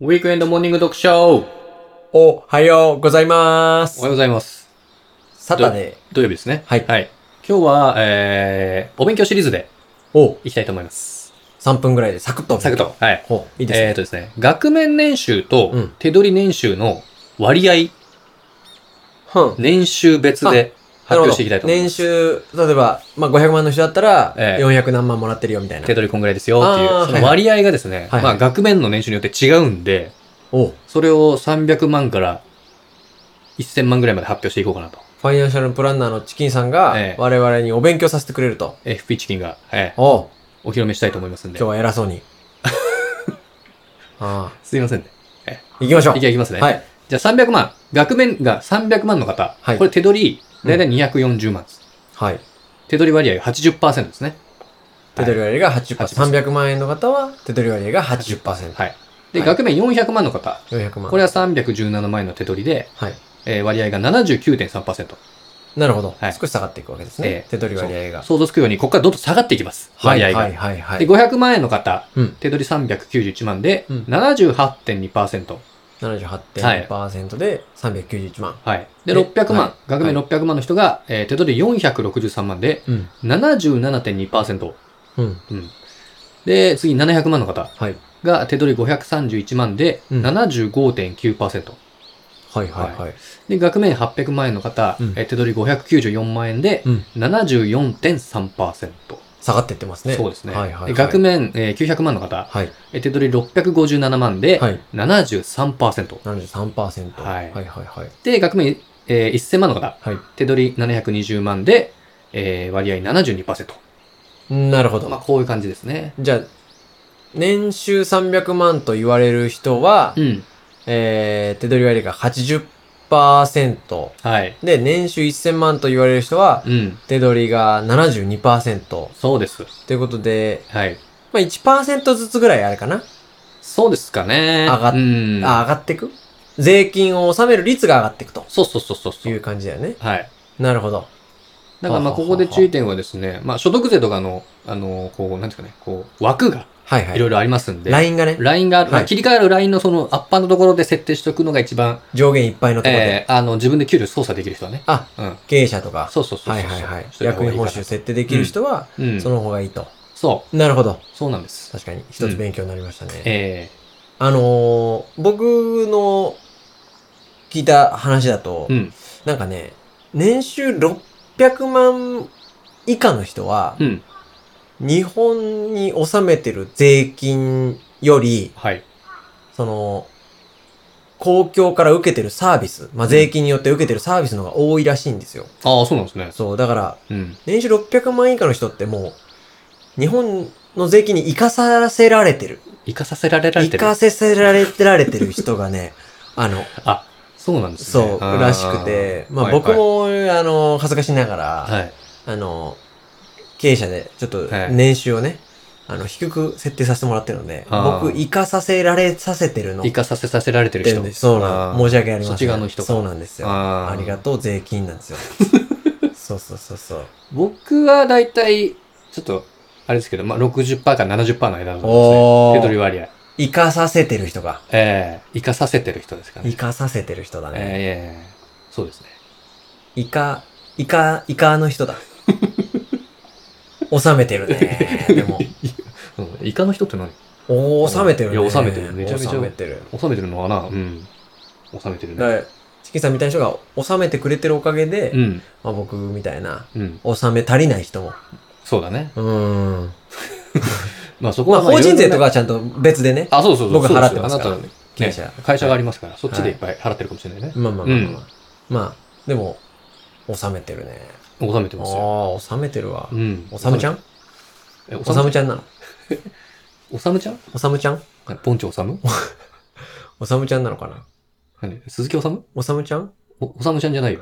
ウィークエンドモーニング読書おはようございまおすはよう。ございます。サタデ土曜日ですね。はいはい。今日は、えー、お勉強シリーズでー。おいきたいと思います。 3分ぐらいでサクッと。サクッと。。はい。ほう、いいですえねー。とですね、額面年収とうん手取り年収の割合、うん年収別で発表していきたいと思いま年す。収、例えば、まあ、500万の人だったら、ええ400何万もらってるよみたいな手。取りこんぐらいですよっていうあ、ーその割合がですね、はいはいまあ額面の年収によって違うんで、おフそれを300万から1000万ぐらいまで発表していこうかなと。ァイナンシャルプランナーのチキンさんがええ、我々にお勉強させてくれると。 FP チキンが、えーおうお披露目したいと思いますんで今日。は偉そ うに。あすいませんね。あ。行きましょう。いきますね。はい。じゃあ300万、額面が300万の方、はいこれ手取り、だいたい240万です。はい。手取り割合が80%ですね。手取り割合が80%。 80% 300万円の方は、手取り割合が80%。はい。で、はい額面400万の方、 400万。これは317万円の手取りで、はい。えー割合が79.3%。なるほどはい。少し下がっていくわけですえねえ。手取り割合が。想像つくように、ここからどんどん下がっていきます。割合が。はいはいはい、はいで、。500万円の方、うん手取り391万で、うん78.2%。 78.2%で391万。はい。で、で600万、はい額面600万の人が、えー手取り463万で、うん。 77.2%。うん。うん。で、次700万の方。はい。が手取り531万でうん75.9%、はいはいはい。で額面800万円の方、うんえー手取り594万円でうん。 74.3%、下がってってますね。そうですね、はいはいはい。で額面、えー900万の方、はい。えー手取り657万ではい。 73%、 73%。はいはいはいはい。で額面、えー1000万の方はい。手取り720万で、えー割合72%、なるほど。まあ、こういう感じですねじゃあ、年収300万と言われる人は、うんえー、手取り割合が80%。はいで、年収1000万と言われる人は、うん手取りが72%。とそうですいうことで、はいまあ1%ずつぐらいあれかな。そうですかね上がっうんあ、上がってく税金を納める率が上がっていくとそうそうそうそうそいうう感じだよね。はいなるほど。だからまあはははここで注意点はですね、まあ所得税とかの、あの、こう、なんていうかね、こう、枠がはいはいい。ろいろありますんで、ラインがね、ラインがある、まあはい切り替えるラインのそのアッパーのところで設定しておくのが一番、上限いっぱいのところで。えー、あの、自分で給料操作できる人はね。あ、うん。経営者とか。そうそうそうそう。はいはいはいし。とた役方がい員い報かな酬設定できる人は、うん。その方がいいと。そなるほど。う。そうなんです。確かに、一つ勉強になりましたね。えあのー、僕の聞いた話だとー、う、ん。なんかね、年収600万以下の人はう、ん。日本に納めてる税金より、はい。その、公共から受けてるサービス、まあ、税金によって受けてるサービスの方が多いらしいんですよ。ああ、そうなんですね。そう、だから、うん。年収600万以下の人ってもう、日本の税金に生かさせられてる。生かさせられられ生てる。かせせられてられてる人 がね、あの、あ、そうなんですね。そう、あーらしくて、まあはいはい僕も、あの、恥ずかしながら、はい。あの、経営者で、ちょっとはい年収をね、あの、低く設定させてもらってるので、あー僕、生かさせられさせてるの。生かさせさせられてる人。そうなあーの。申し訳ありません。そっち側の人かそうなんですよ。ああーりがとう、税金なんで すよ。そうそうそうそう。僕はだいたい、ちょっと、あれですけど、まあ、60%から70%の間だとお思ーいますね。手取り割合。生かさせてる人が。ええ生かさせてる人ですか生ね。かさせてる人だえね。えええそうですね。イカ、イカ、イカの人だ。収めて るね。でも、 うん、イカの人って何おー、収めてるね。いや収めてるめちゃめちゃ収めてる。収めてるのかなうん。収めてるだね。から、チキンさんみたいな人が収めてくれてるおかげで、うん。まあ、僕みたいな、うん。収め足りない人も。そうだね。うーん。まあそこまはあ、法人税とか。かはちゃんと別でね。あ、そうそうそう。僕そう払でってますからあなた、経営ね者、会社がありますから、そっちでいっぱい払ってるかもしれないね。まあまあまあまうあ、んまあ、でも、収めてるね。収めてますよ。ああ、収めてるわう。ん。おさむちゃんえおおささむむちゃんなのおさむちゃんおさむちゃんはいポンチお さむおさむちゃんなのかな何鈴木おさむおさむちゃんおおさむちゃんじゃないよ。